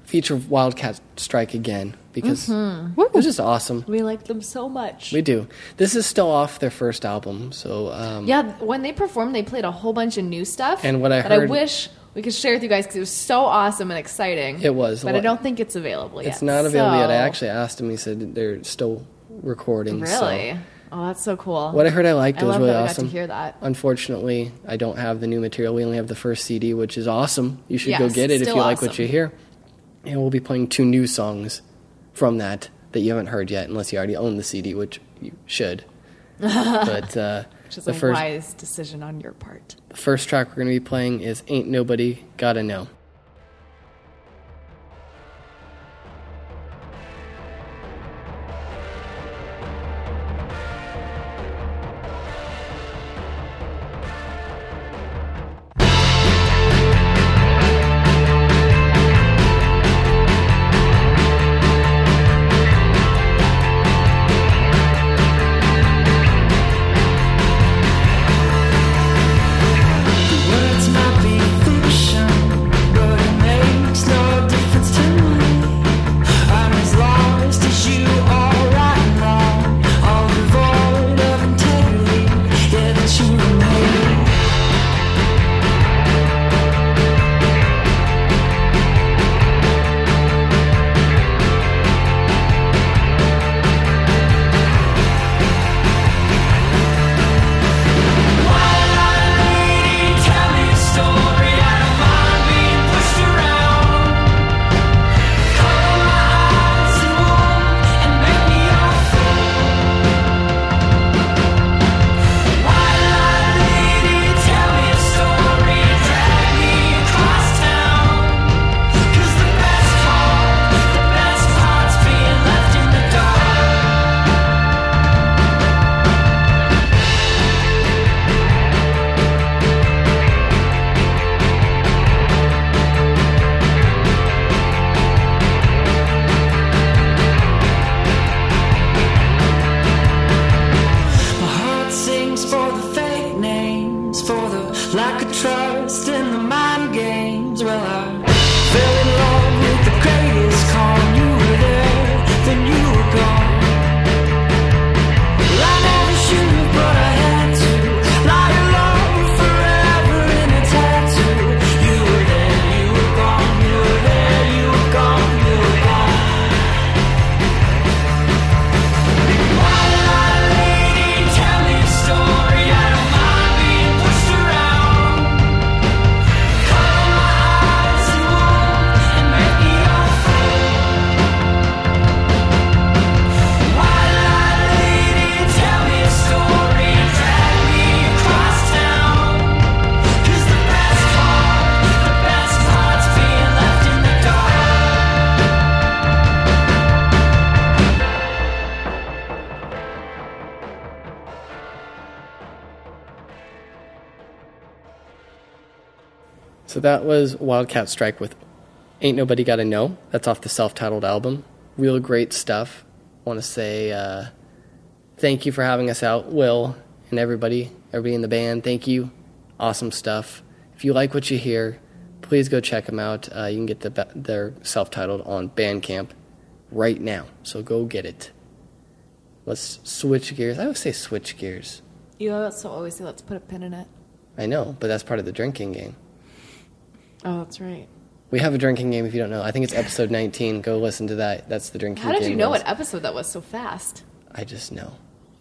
feature Wildcat Strike again because it was just awesome. we like them so much. We do. This is still off their first album, so um, yeah, when they performed, they played a whole bunch of new stuff. And what I that I heard- wish we could share with you guys because it was so awesome and exciting. It was. but I don't think it's available yet. it's not available yet. I So- actually asked him. He said they're still recording. so- really. oh, that's so cool. What I heard I liked I was love really that we awesome. got to hear that. Unfortunately, I don't have the new material. We only have the first CD, which is awesome. You should go Yes, get it if you still like what awesome. you hear. And we'll be playing two new songs from that that you haven't heard yet, unless you already own the CD, which you should. but uh, Which is the a first wise decision on your part. the first track we're going to be playing is "Ain't Nobody Gotta Know." Words might be fiction, but it makes no difference to me. I'm as lost as you are right now, all devoid of integrity. Yeah, that you remain. Tell me a story. I don't mind being pushed around. Cover my eyes and warm, and make me a fool. White lady, tell me a story. Drag me across town. 'Cause the best part, the best part's being left in the dark. My heart sings for the fake names, for the lack of trust in the mind games. Well, I fell in love with the greatest con. You were there, then you were gone. Well, I never should have, but I had to. Lie alone forever in a tattoo. You were there, you were gone. You were there, you were gone. You were gone. Tell me a story. I don't mind being pushed around. Cover my eyes and warm, and make me a fool. White lady, tell me a story. Drag me across town. 'Cause the best part, the best part's being left in the dark. So that was Wildcat Strike with Ain't Nobody Gotta Know. That's off the self titled album. Real great stuff. Want to say uh, thank you for having us out, Will, and everybody, everybody in the band. Thank you. Awesome stuff. If you like what you hear, please go check them out. Uh, you can get the, ba- their self titled on Bandcamp right now. So go get it. Let's switch gears. I always say switch gears. You also always say, let's put a pin in it. I know, but that's part of the drinking game. Oh, that's right. We have a drinking game if you don't know. I think it's episode 19. Go listen to that. That's the drinking How game. did you know was. what episode that was so fast? I just know.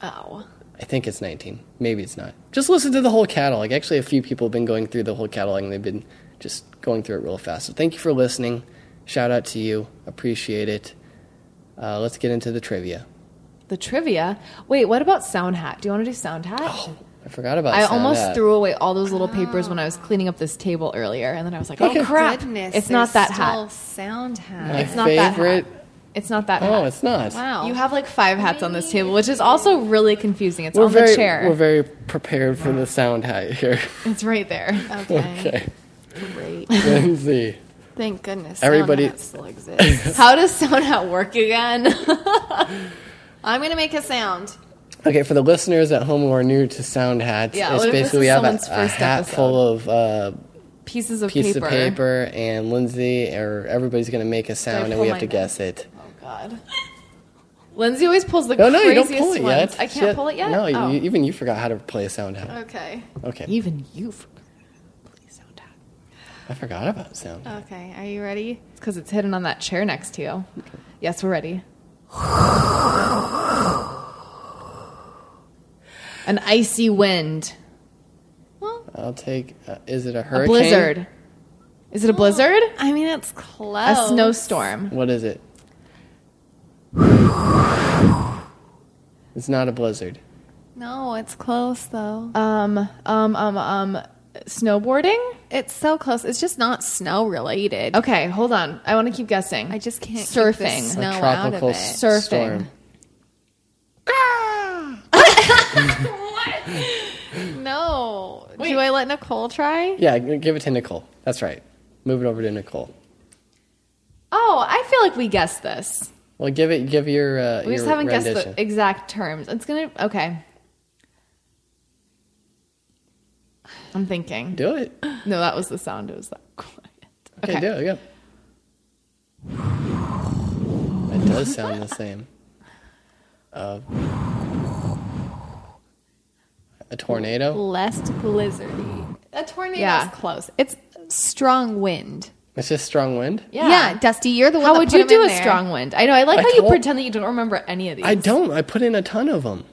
Oh. I think it's 19. Maybe it's not. Just listen to the whole catalog. Actually, a few people have been going through the whole catalog and they've been just going through it real fast. So thank you for listening. Shout out to you. Appreciate it. Uh, let's get into the trivia. The trivia. Wait, what about Sound Hat? Do you want to do Sound Hat? I forgot Oh, about I Sound almost Hat. threw away all those little papers when I was cleaning up this table earlier, and then I was like, "Oh crap! Goodness, it's not there's that still hat. Sound My hat. It's not that favorite It's not that Oh, hot. it's not. Wow. You have like five hats on this table, which is also really confusing. It's We're on very, the chair. We're very prepared for the sound height here. it's right there. okay. Okay. Great. Lindsay. Thank goodness. Everybody- Everybody still exists. How does sound out work again? I'm gonna make a sound. Okay, for the listeners at home who are new to sound hats, Yeah, it's what if this basically is we have a, someone's a first hat episode? full of uh, Pieces of piece paper. of paper, and Lindsay or everybody's gonna make a sound, and pull we have mine to out? guess it. Oh God. Lindsay always pulls the No, no, you craziest don't pull it ones. yet. I can't Shit. pull it yet. No, you- Oh. you, even you forgot how to play a sound hat. Okay. Okay, even you forgot. Please don't talk. I forgot about sound. Okay. Are you ready? It's because it's hidden on that chair next to you. Yes, we're ready. An icy wind. I'll take. Uh, is it a A hurricane? blizzard. Is it a blizzard? I mean, it's close. A snowstorm. What is it? It's not a blizzard. No, it's close though. Um, um, um, um, snowboarding? It's so close. It's just not snow related. Okay, hold on. I want to keep guessing. I just can't Keep the Surfing. snow a out of tropical it. s- Surfing. storm. no. Do I let Nicole try? Yeah, g- give it to Nicole. That's right. Move it over to Nicole. Oh, I feel like we guessed this. Well, give it. Give your. Uh, We just your haven't rendition. guessed the exact terms. It's gonna okay. I'm thinking. Do it. Okay, No, that was the sound. It was that quiet. Okay. do it. Go. It does sound the same. Uh, a tornado. Less blizzardy. A tornado Yeah. is close. It's strong wind. It's just strong wind. Yeah. Dusty, you're the one. How that would put you him do in a there. strong wind? I know. I like I how you told- pretend that you don't remember any of these. I don't. I put in a ton of them.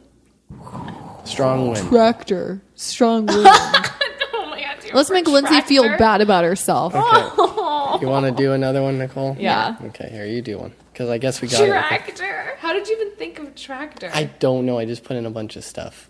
Strong wind. tractor, strong wind. oh my god. Let's make Lindsay feel bad about herself. Okay. You want to do another one, Nicole? Yeah. Okay, here you do one because I guess we got it. Tractor. How did you even think of tractor? I don't know. I just put in a bunch of stuff.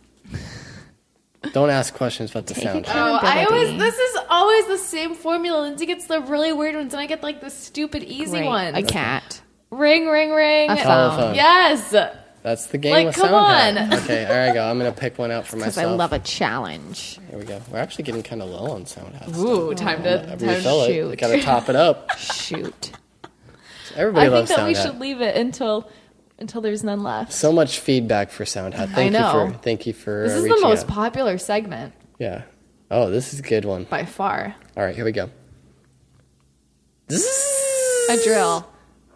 Don't ask questions about the sound. Oh, I always. Ability. This is always the same formula. Lindsay gets the really weird ones, and I get like the stupid easy Great. ones. A cat. Ring, ring, ring. A phone. Telephone. Yes. That's the game Like, with come sound. on. hat. Okay, there I go. I'm gonna pick one out for Because myself. I love a challenge. Here we go. We're actually getting kind of low on sound hats. Ooh, time to, time I to refill it. We shoot. gotta top it up. Shoot. Everybody I think loves that we sound should hat. leave it until until there's none left. So much feedback for sound hat. Thank you know. for thank you for this uh, is the reaching most out. popular segment yeah. Oh, this is a good one. by far. All right, here we go. A drill.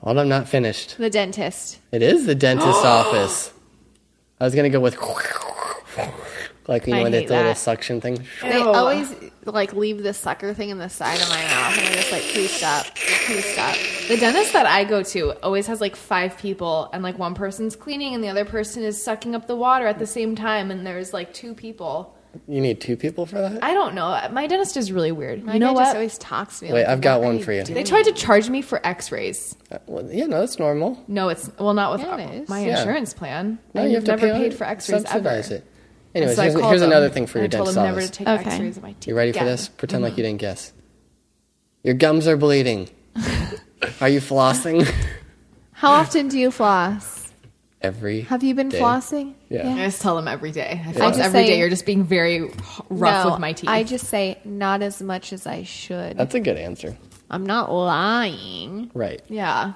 Hold, I'm not finished. The dentist. It is the dentist's office. I was gonna go with like you know I when hate it's a little that. suction thing. They always like leave the sucker thing in the side of my mouth, and I'm just like, please stop, please stop. The dentist that I go to always has like five people, and like one person's cleaning and the other person is sucking up the water at the same time, and there's like two people. You need two people for that. I don't know. uh, My dentist is really weird. My you know guy what? just always talks to me. Wait, like, I've got what are one for you. doing? they tried to charge me for X-rays. Uh, Well, yeah, no, that's normal. No, it's well not with uh, Yeah, it is. my Yeah. insurance plan. No, I've you have to never pay on paid it. for X-rays Subsidize ever. it. Anyways, So I here's, called here's them, another thing for and your I told dentist them never office. to take Mm-hmm. Okay. X-rays of my teeth. you ready for again. this? Pretend like you didn't guess. Your gums are bleeding. are you flossing? How often do you floss? Every. Have you been day. flossing? Yeah. I just tell them every day. I floss just every day. say- You're just being very h- rough No, with my teeth. I just say not as much as I should. That's a good answer. I'm not lying. Right. yeah.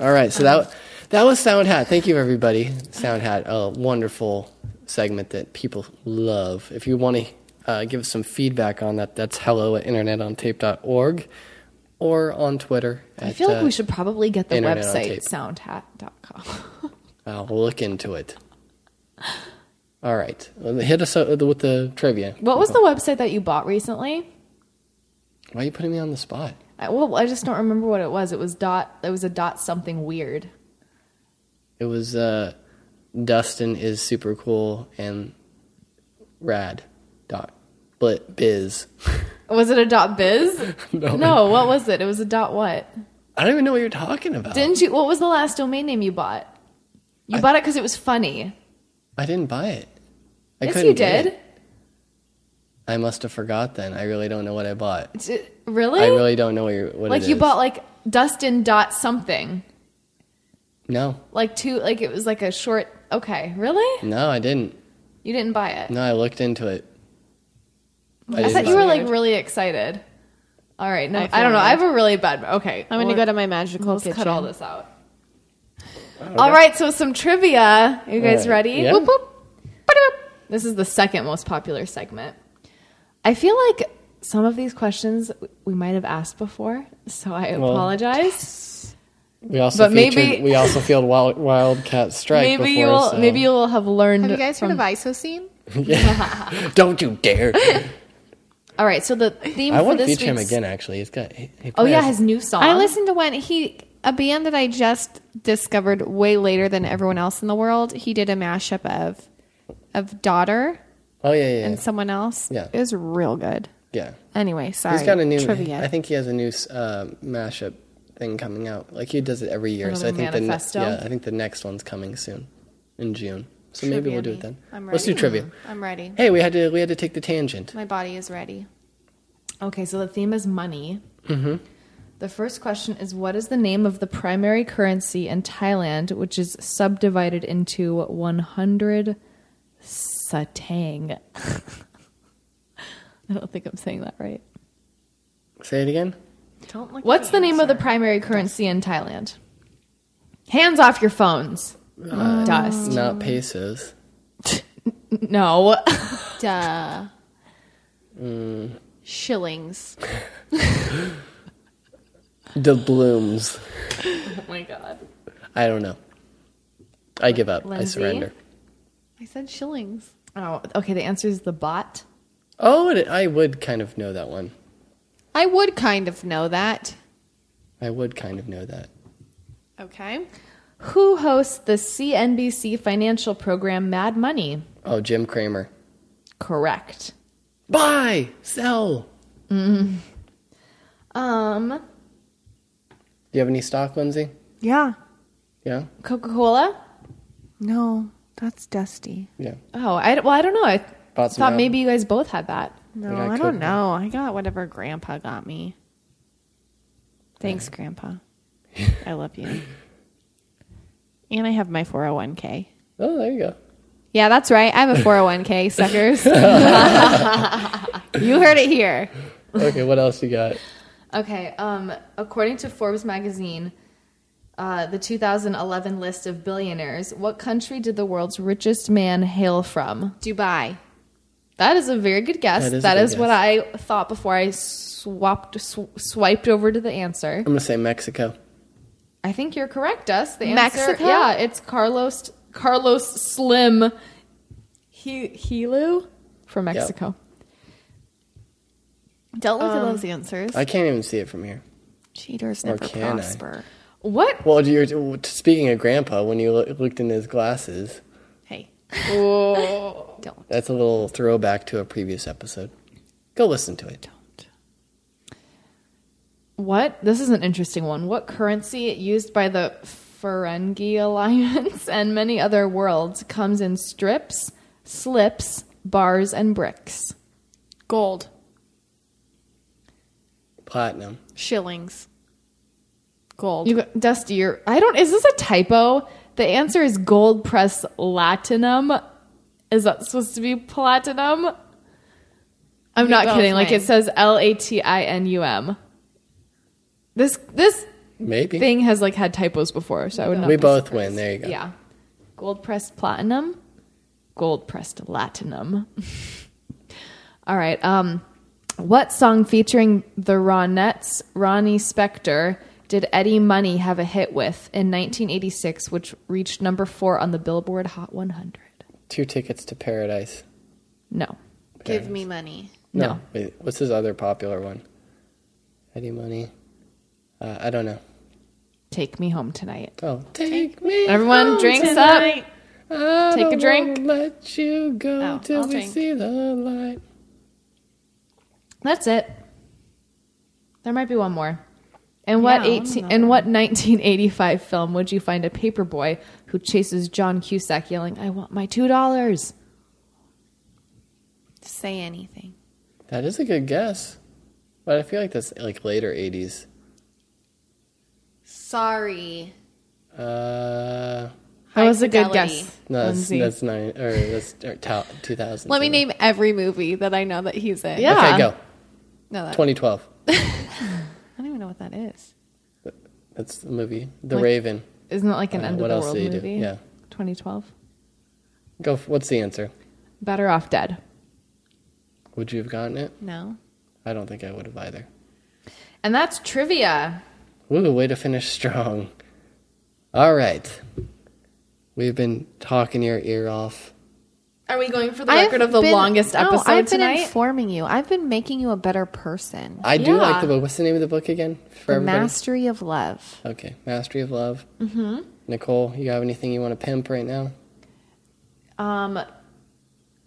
All right. So that that was Sound Hat. Thank you, everybody. Sound Hat, a wonderful segment that people love. If you want to uh, give us some feedback on that, that's hello at internetontape.org or on Twitter. uh, I feel like we should probably get the Internet on website tape. soundhat.com. I'll look into it. All right. Well, Hit us up with the trivia. What was the website that you bought recently? Why are you putting me on the spot? I, well, I just don't remember what it was. It was dot. It was a dot something weird. It was uh, Dustin is super cool and rad. Dot. But biz. Was it a dot biz? No. No. What was it? It was a dot what? I don't even know what you're talking about. Didn't you? What was the last domain name you bought? You bought it because it was funny. I didn't buy it. I yes, couldn't you get did. it. I must have forgot then. I really don't know what I bought. D- really? I really don't know what, you're, what like it you is. bought like Dustin dot something. No, Like two, like it was like a short. Okay, really? no, I didn't. You didn't buy it? No, I looked into it. I, didn't thought you buy were it. like really excited. All right, no, I I, feel don't know. like- I have a really bad. Okay, I'm gonna we'll- go to my magical Let's kitchen. cut all this out. All right, so some trivia. You guys right. ready? Yeah. Whoop, whoop. Ba-da-boop. This is the second most popular segment. I feel like some of these questions we might have asked before, so I Well, apologize. We also But featured, maybe- we also field wild, Wildcat Strike. Maybe before, you will. so- Maybe you will have learned. Have you guys from- heard of isocene? don't you dare! All right, so the theme I for want to this feature him week's- again. Actually, he's got. He, he Oh yeah, plays- his new song. I listened to one he a band that I just discovered way later than everyone else in the world. He did a mashup of of daughter Oh yeah, yeah, yeah. and someone else. Yeah. It was real good. yeah. Anyway, sorry. He's got a new. trivia. I think he has a new uh, mashup thing coming out. Like he does it every year. so I Another think manifesto? the ne- yeah, I think the next one's coming soon, in June. So maybe we'll do it then. I'm Let's do ready. trivia. I'm ready. Hey, we had to we had to take the tangent. My body is ready. Okay, so the theme is money. The first question is What is the name of the primary currency in Thailand, which is subdivided into 100 satang? I don't think I'm saying that right. Say it again. What's the name of the primary currency in Thailand? Hands off your phones. Dust. Not pesos. No. Duh. Mm. Shillings. The blooms. oh my God. I don't know. I give up. I Lindsay? surrender. I said shillings. Oh, okay. The answer is the bot. Oh, and I would kind of know that one. I would kind of know that. I would kind of know that. Okay. Who hosts the CNBC financial program Mad Money? Oh, Jim Cramer. Correct. Buy, sell. Mm-hmm. Um, Do you have any stock, Lindsay? Yeah. Yeah, Coca Cola. No, that's dusty. yeah. Oh, I well, I don't know. I Bought some thought out. maybe you guys both had that. No, Like, I I, could- don't know. I got whatever grandpa got me. Thanks, grandpa. I love you. And I have my 401k. Oh, there you go. Yeah, that's right. I have a 401k, suckers. you heard it here. Okay, what else you got? Okay. Um, according to Forbes magazine, uh, the 2011 list of billionaires, what country did the world's richest man hail from? Dubai. That is a very good guess. That is a That good is what guess. I thought before I swapped sw- swiped over to the answer. I'm gonna say Mexico. I think you're correct, Us. The answer, Mexico? yeah, it's Carlos Carlos Slim he, Helu from Mexico. Don't look Um, at those answers. I can't even see it from here. Cheaters never can I? prosper. What? Well, you're speaking of Grandpa. When you loo- looked in his glasses, Hey. that's a little throwback to a previous episode. Go listen to it. What? This is an interesting one. What currency used by the Ferengi Alliance and many other worlds comes in strips, slips, bars, and bricks? Gold. Platinum. Shillings. Gold. You got, Dusty, you're, I don't. Is this a typo? The answer is gold press latinum. Is that supposed to be platinum? I'm not both kidding. Like it win. says L A T I N U M. This this Maybe. thing has like had typos before, so I would not. we be both surprised. win. There you go. Yeah, gold pressed platinum, gold pressed latinum. All right. Um, what song featuring the Ronettes, Ronnie Spector, did Eddie Money have a hit with in 1986, which reached number four on the Billboard Hot 100? Two tickets to paradise. No. Give me money. No. No. Wait, what's his other popular one? Eddie Money. Uh, I don't know. Take me home tonight. Oh, take, me. Everyone, home drinks Uh, tonight. I Take a don't drink. wanna Let you go Oh, till I'll we drink. see the light. That's it. There might be one more. In what Yeah, I wanna 18 in what 1985 film would you find a paperboy who chases John Cusack yelling, "I want my $2?" Say anything. That is a good guess, but I feel like that's like later '80s. Sorry. Uh, That High was a good fidelity. guess. no, that's Lindsay. that's nine or that's or ta- two thousand. Let me name every movie that I know that he's in. Yeah. Okay, go. No, that, Twenty twelve. I don't even know what that is. That's the movie, The Raven. Isn't it like an Uh, end what of the else world do you do? movie? Yeah. 2012. Go. f what's the answer? Better off dead. Would you have gotten it? no. I don't think I would have either. And that's trivia. Woo, way to finish strong. All right. We've been talking your ear off. Are we going for the I've record of the been- longest no, episode I've been tonight? informing you. I've been making you a better person. I do like Yeah. the book. What's the name of the book again? For The everybody? mastery of love. okay. Mastery of Love. Mm-hmm. Nicole, you have anything you want to pimp right now? um,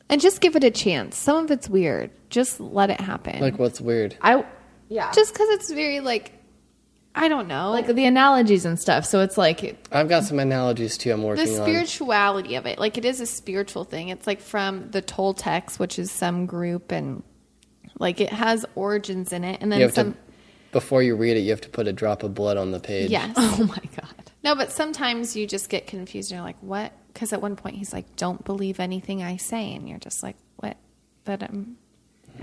And just give it a chance. Some of it's weird. Just let it happen. Like, what's weird? I yeah, just just because it's very like, I don't know, like the analogies and stuff. So it's like I've got some analogies too I'm the working on. spirituality of it. Like it is a spiritual thing. It's like from the Toltecs, which is some group, and like it has origins in it. And You then have some. to, before you read it, you have to put a drop of blood on the page. Yes. oh my god. No, but sometimes you just get confused. And you're like, what? Because at one point he's like, don't believe anything I say, and you're just like, what? That um,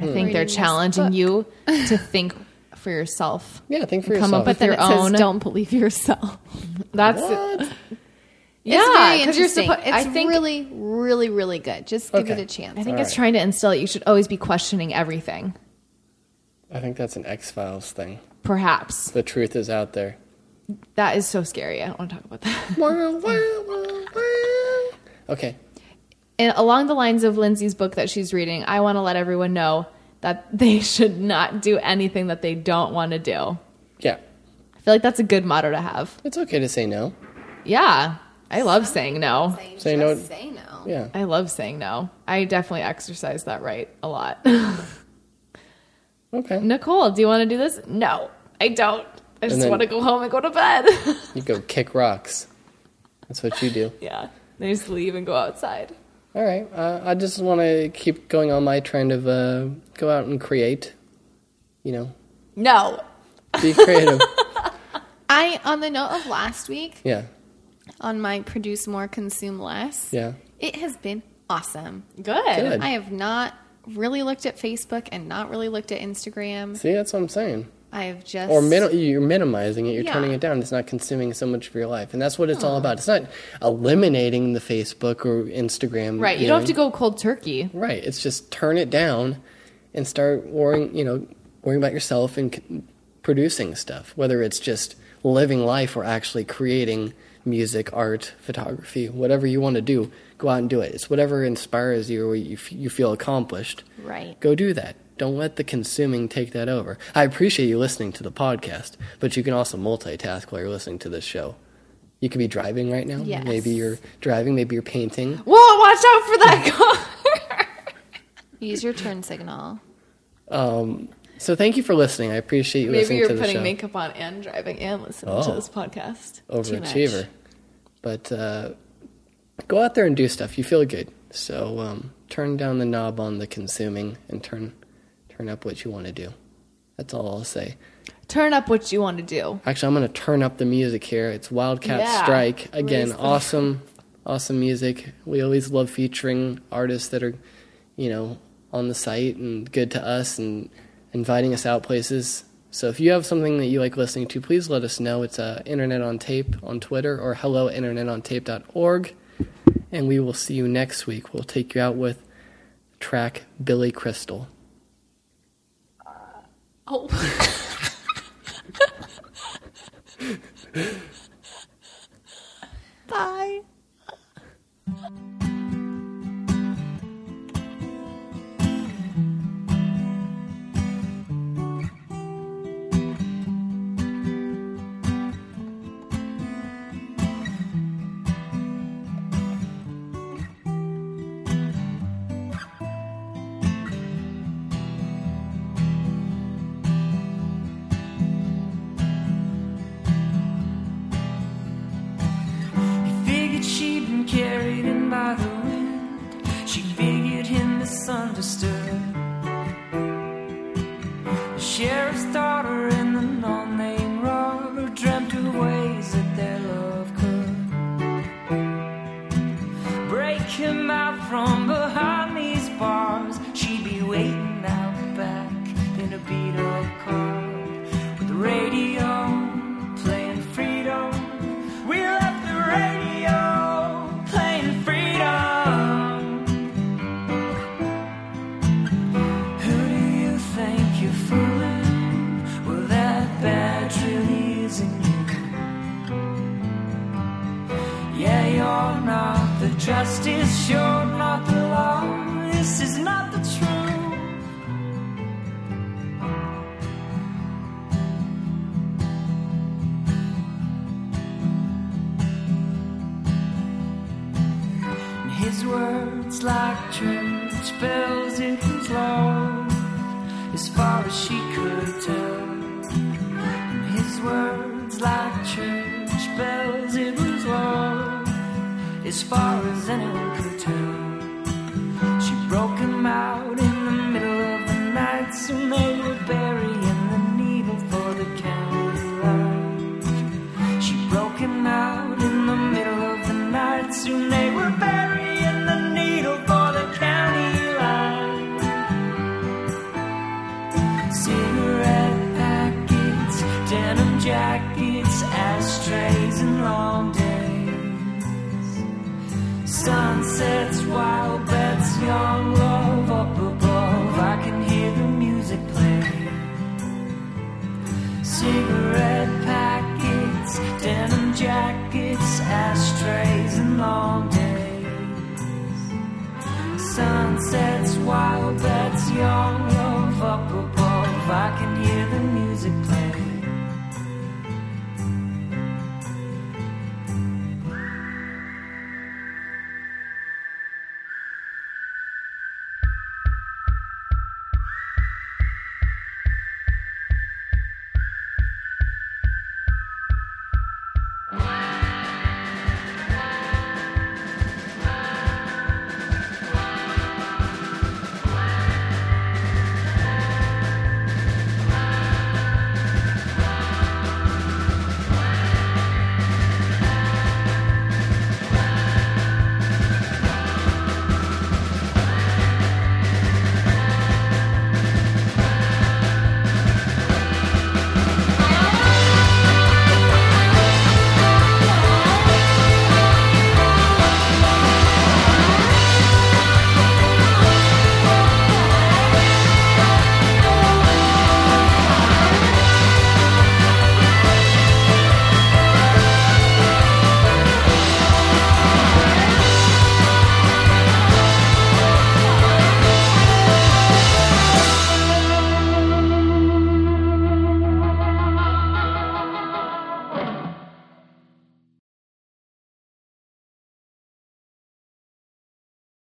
I'm. I think they're Reading this challenging you to think for yourself. Yeah, think for Come yourself. up with Then your it says, own. don't believe yourself. That's What? yeah, it's because very you're interesting. supposed. it's I think really, really, really good. Just give Okay. it a chance. I think All it's right. trying to instill that you should always be questioning everything. I think that's an X Files thing. Perhaps The truth is out there. that is so scary. I don't want to talk about that. Okay. and along the lines of Lindsay's book that she's reading, I want to let everyone know that they should not do anything that they don't want to do. Yeah. I feel like that's a good motto to have. It's okay to say no. Yeah, I love saying no. Say no. Say no. Yeah. I love saying no. I definitely exercise that right a lot. Okay. Nicole, do you want to do this? No, I don't. I just then- want to go home and go to bed. You go kick rocks. That's what you do. yeah, I just leave and go outside. All right. Uh, I just want to keep going on my trend of uh, go out and create. You know, No, be creative. I on the note of last week yeah. on my produce more, consume less. Yeah. It has been awesome. good. Good. I have not really looked at Facebook and not really looked at Instagram. See, that's what I'm saying. I have just Or min- you're minimizing it. You're Yeah. turning it down. It's not consuming so much of your life, and that's what it's all about. It's not eliminating the Facebook or Instagram. Right, you know? don't have to go cold turkey. Right. It's just turn it down and start worrying, you know, worrying about yourself and c- producing stuff, whether it's just living life or actually creating music, art, photography, whatever you want to do, go out and do it. It's whatever inspires you or what you, f- you feel accomplished. Right. Go do that. Don't let the consuming take that over. I appreciate you listening to the podcast, but you can also multitask while you're listening to this show. You could be driving right now. Yes. Maybe you're driving, maybe you're painting. Whoa, watch out for that car. use your turn signal. Um, so thank you for listening. I appreciate you Maybe listening you're to the putting show. makeup on and driving and listening Oh. to this podcast. Overachiever. But uh, go out there and do stuff. You feel good. So um, turn down the knob on the consuming and turn turn up what you want to do. That's all I'll say. Turn up what you want to do. Actually, I'm going to turn up the music here. It's Wildcat Yeah. Strike. Raise Again, the- awesome, awesome music. We always love featuring artists that are, you know, on the site and good to us and inviting us out places. So if you have something that you like listening to, please let us know. It's uh, Internet on Tape on Twitter or hello at internetontape.org. And we will see you next week. We'll take you out with track Billy Crystal. Bye. figured she'd been carried in by the wind. She figured him misunderstood. The sheriff's daughter and the non-name robber dreamt of ways that their love could. Christ is short, not the law. This is not the truth. And His words, like church bells, it was love as far as she could tell. And His words, like church bells, it was love as far as anyone could tell. She broke him out in the middle of the night, soon they were burying the needle for the candlelight. She broke him out in the middle of the night. Soon they were burying the needle for the county line. Cigarette packets, denim jackets, ashtrays, and long days. Sunsets, wild bets, young love up above. I can hear the music play cigarette packets, denim jackets, ashtrays, and long days. Sunsets, wild bets, young love up above. I can hear the